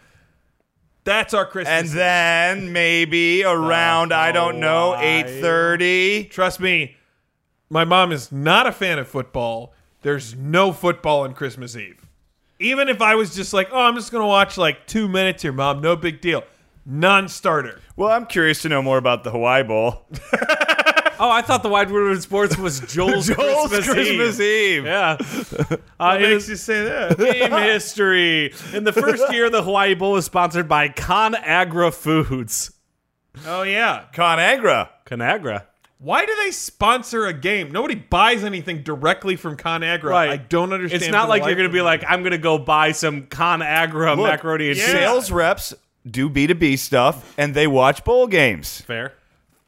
That's our Christmas.
And then maybe around, I don't know, 8.30.
Trust me, my mom is not a fan of football. There's no football on Christmas Eve. Even if I was just like, oh, I'm just going to watch like two minutes here, mom, no big deal. Non starter.
Well, I'm curious to know more about the Hawaii
(laughs)
Bowl.
(laughs)
(laughs)
Oh, I thought the Wide World of Sports was
(laughs)
Joel's,
Joel's
Christmas,
Eve. (laughs)
Eve. Yeah. Uh, it is
you say (laughs) that?
game history. In the first year, the Hawaii Bowl was sponsored by ConAgra Foods.
oh, yeah.
ConAgra.
ConAgra.
Why do they sponsor a game? Nobody buys anything directly from ConAgra.
Right.
I don't understand.
It's not
the
like you're
life
going
of
to be
it.
like, I'm going to go buy some ConAgra
Look,
macaroni and
yeah.
cheese.
Sales reps do B2B stuff and they watch bowl games.
Fair.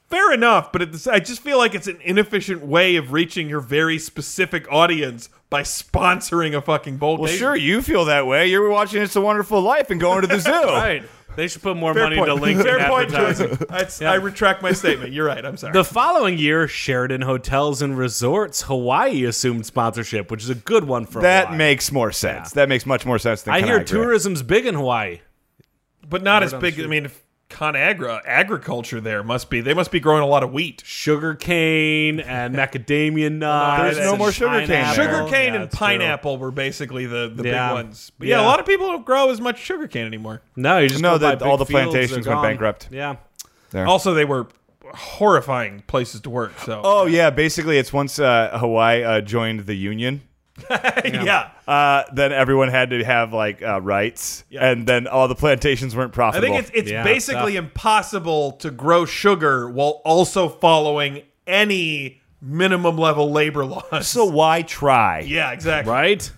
fair enough, but at the, I just feel like it's an inefficient way of reaching your very specific audience by sponsoring a fucking bowl
Well,
game.
sure, you feel that way. You were watching It's a Wonderful Life and going to the zoo.
All (laughs) right. They should put more
Fair
money
point.
into LinkedIn
Fair point,
advertising.
Jason. That's- I retract my statement. You're right. I'm sorry.
The following year, Sheridan Hotels and Resorts Hawaii assumed sponsorship, which is a good one for
That
Hawaii.
makes more sense. That makes much more sense than
I hear
ConAgra.
tourism's big in Hawaii.
but not as
on
big.
the
I mean, if ConAgra agriculture there must be. They must be growing a lot of wheat.
sugar cane and macadamia nuts.
There's (laughs) no
and
more sugarcane
pineapple.
there.
Sugar cane
Yeah,
and
it's true.
pineapple were basically the, the
Yeah.
big ones. But yeah. a
Yeah.
lot of people don't grow as much sugar cane anymore.
No, you just
No,
go by
that-
big
all the
fields,
plantations
they're
went
gone.
bankrupt.
Yeah,
Also, they were horrifying places to work. So
Oh yeah, basically it's once uh, Hawaii uh, joined the union.
yeah.
Uh, then everyone had to have like uh, rights,
Yeah.
and then all the plantations weren't
I
profitable.
think it's it's
Yeah,
basically impossible to grow sugar while also following any minimum level labor laws.
so why
(laughs)
try?
yeah, exactly.
right.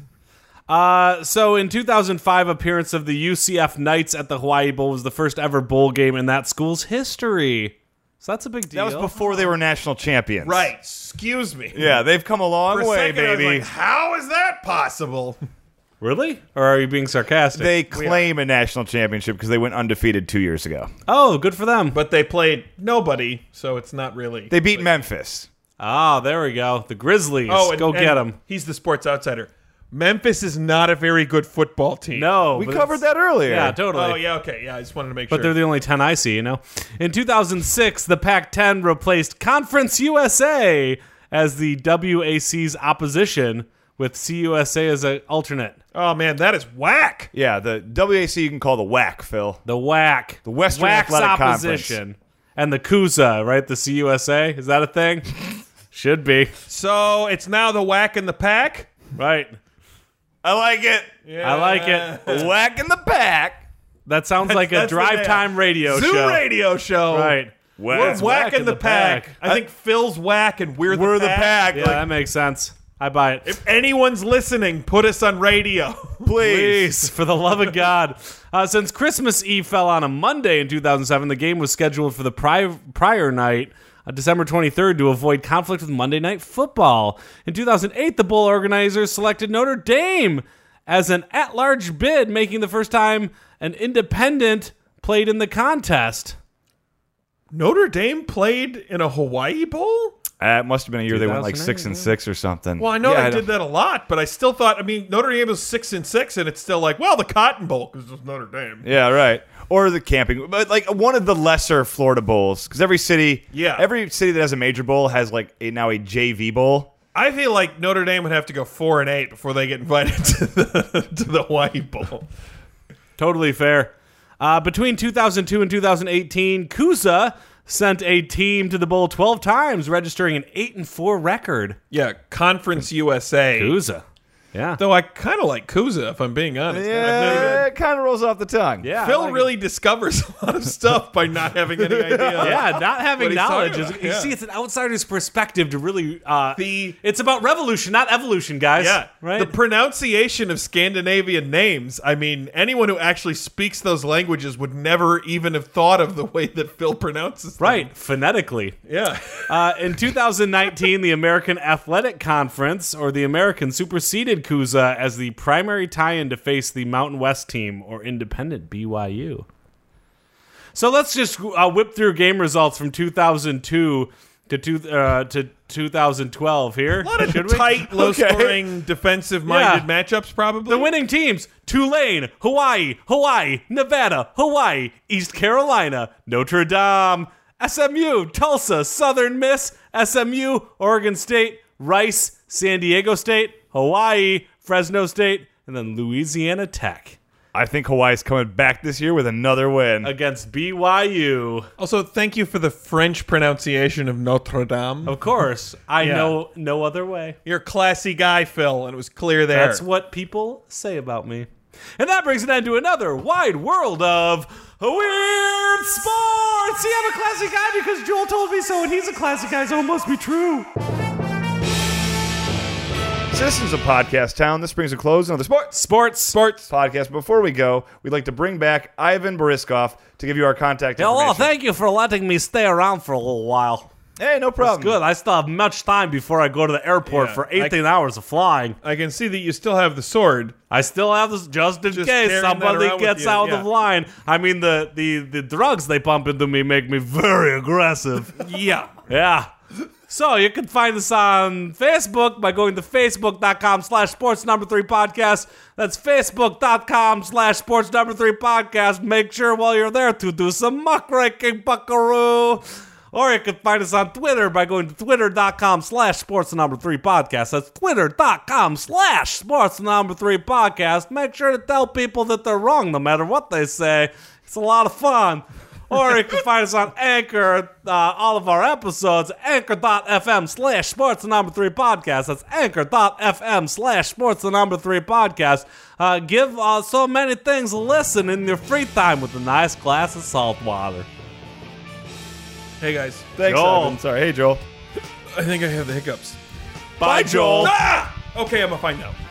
Uh, so in 2005, appearance of the UCF Knights at the Hawaii Bowl was the first ever bowl game in that school's history. So that's a big deal.
That was before they were national champions.
Right. Excuse me.
Yeah, they've come a long
For a
way,
second, I was
baby.
like, How is that possible?
Really? Or are you being sarcastic?
they claim a national championship because they went undefeated two years ago.
oh, good for
(laughs)
them.
But they played nobody, so it's not really.
They beat Memphis.
Ah, there we go. The Grizzlies.
Oh,
Oh,
and-
go
and
get them.
He's the sports outsider. Memphis is not a very good football team.
No,
We
but
covered
it's-
that earlier.
Yeah, totally.
Oh yeah, okay, yeah. I just wanted to make
But
sure.
they're the only 10 I see, you know? In 2006, the Pac 10 replaced Conference USA as the WAC's opposition, with CUSA as an alternate.
oh man, that is whack.
Yeah, the WAC you can call the WAC, Phil.
The WAC. The
Western
WAC's
Athletic Conference.
opposition. And the CUSA, right? The CUSA. Is that a thing? Should be.
So it's now the whack in the pack.
Right.
I like it.
I like it.
Whack in the pack.
That sounds like a
that's the
drive
name.
time radio
Zoo
show.
radio show.
Right.
Whack.
We're whack, in the, pack. I
I-
think Phil's whack and we're the
We're the
pack.
pack.
Yeah,
Like,
that makes sense. I buy it.
If anyone's listening, put us on radio.
please.
Please, for the love of God. Uh, since Christmas Eve fell on a Monday in 2007, the game was scheduled for the pri- prior night, uh, December 23rd, to avoid conflict with Monday Night Football. In 2008, the bowl organizers selected Notre Dame as an at large bid, making the first time an independent played in the contest.
(laughs) Notre Dame played in a Hawaii Bowl?
Uh, it must have been a year they went like
2008,
six and six or something.
Well, I know
Yeah,
they
don't-
did that a lot, but I still thought. I mean, Notre Dame was six and six, and it's still like, well, the Cotton Bowl because it's Notre Dame.
Yeah, right. Or the camping, but like one of the lesser Florida bowls, because every city,
Yeah.
every city that has a major bowl has like a, now a JV bowl.
I feel like Notre Dame would have to go four and eight before they get invited (laughs) to the to the Hawaii Bowl.
Totally fair. Uh, between 2002 and 2018, Kusa sent a team to the bowl 12 times, registering an 8 and 4 record.
Yeah, Conference USA.
Kusa. Yeah.
Though I kind of like Kuza, if I'm being honest. I've never-
Yeah, it kind of rolls off the tongue.
Yeah,
Phil
I like
really uh, discovers (laughs) a lot of stuff by not having any idea.
it. Yeah, not having
he's talking
knowledge is.
about,
You
yeah.
see, it's an outsider's perspective to really. Uh,
The-
it's about revolution, not evolution, guys.
Yeah,
right.
The pronunciation of Scandinavian names. I mean, anyone who actually speaks those languages would never even have thought of the way that Phil pronounces them.
right, phonetically.
Yeah.
Uh, in 2019, the American Athletic Conference, or the American, superseded Kuza as the primary tie-in to face the Mountain West team or independent BYU. So let's just uh, whip through game results from 2002 to two, uh, to 2012 here.
A lot of
Should we? (laughs)
tight, low scoring, defensive minded matchups, probably.
The winning teams Tulane, Hawaii, Hawaii, Nevada, Hawaii, East Carolina, Notre Dame, SMU, Tulsa, Southern Miss, SMU, Oregon State, Rice, San Diego State, Hawaii, Fresno State, and then Louisiana Tech
I think Hawaii's coming back this year with another win.
against BYU.
also, thank you for the French pronunciation of Notre Dame.
Of course, I know no other way.
You're a classy guy, Phil, and it was clear there.
That's what people say about me. And that brings an end to another wide world of weird sports. Yeah, I'm a classic guy because Joel told me so, and he's a classic guy, so it must be true.
Citizens of Podcast Town, this brings a close another sports
Sports, sports.
podcast. Before we go, we'd like to bring back Ivan Boriskov to give you our contact information.
Hello, thank you for letting me stay around for a little while.
Hey, no problem.
Good. I still have much time before I go to the airport
Yeah,
for
I-
18 hours of flying.
I can see that you still have the sword.
I still have this just in
Just
case
carrying that
somebody
around with
gets
you,
out
yeah.
of line. I mean, the, the, the drugs they pump into me make me very
(laughs)
aggressive.
Yeah.
yeah. So you can find us on Facebook by going to facebook.com slash sports number three podcast. That's facebook.com slash sports number three podcast. Make sure while you're there to do some muckraking, buckaroo. Or you can find us on Twitter by going to twitter.com slash sports number three podcast. That's twitter.com slash sports number three podcast. Make sure to tell people that they're wrong no matter what they say. It's a lot of fun or you can find us on Anchor, uh, all of our episodes, anchor.fm slash sports the number three podcast. That's anchor.fm slash sports the number three podcast. Uh, give uh, so many things a listen in your free time with a nice glass of salt water.
Hey guys,
Thanks,
Joel.
Evan. Sorry. Hey, Joel.
I think I have the hiccups.
Bye, Joel.
Ah! Okay, I'm gonna find out.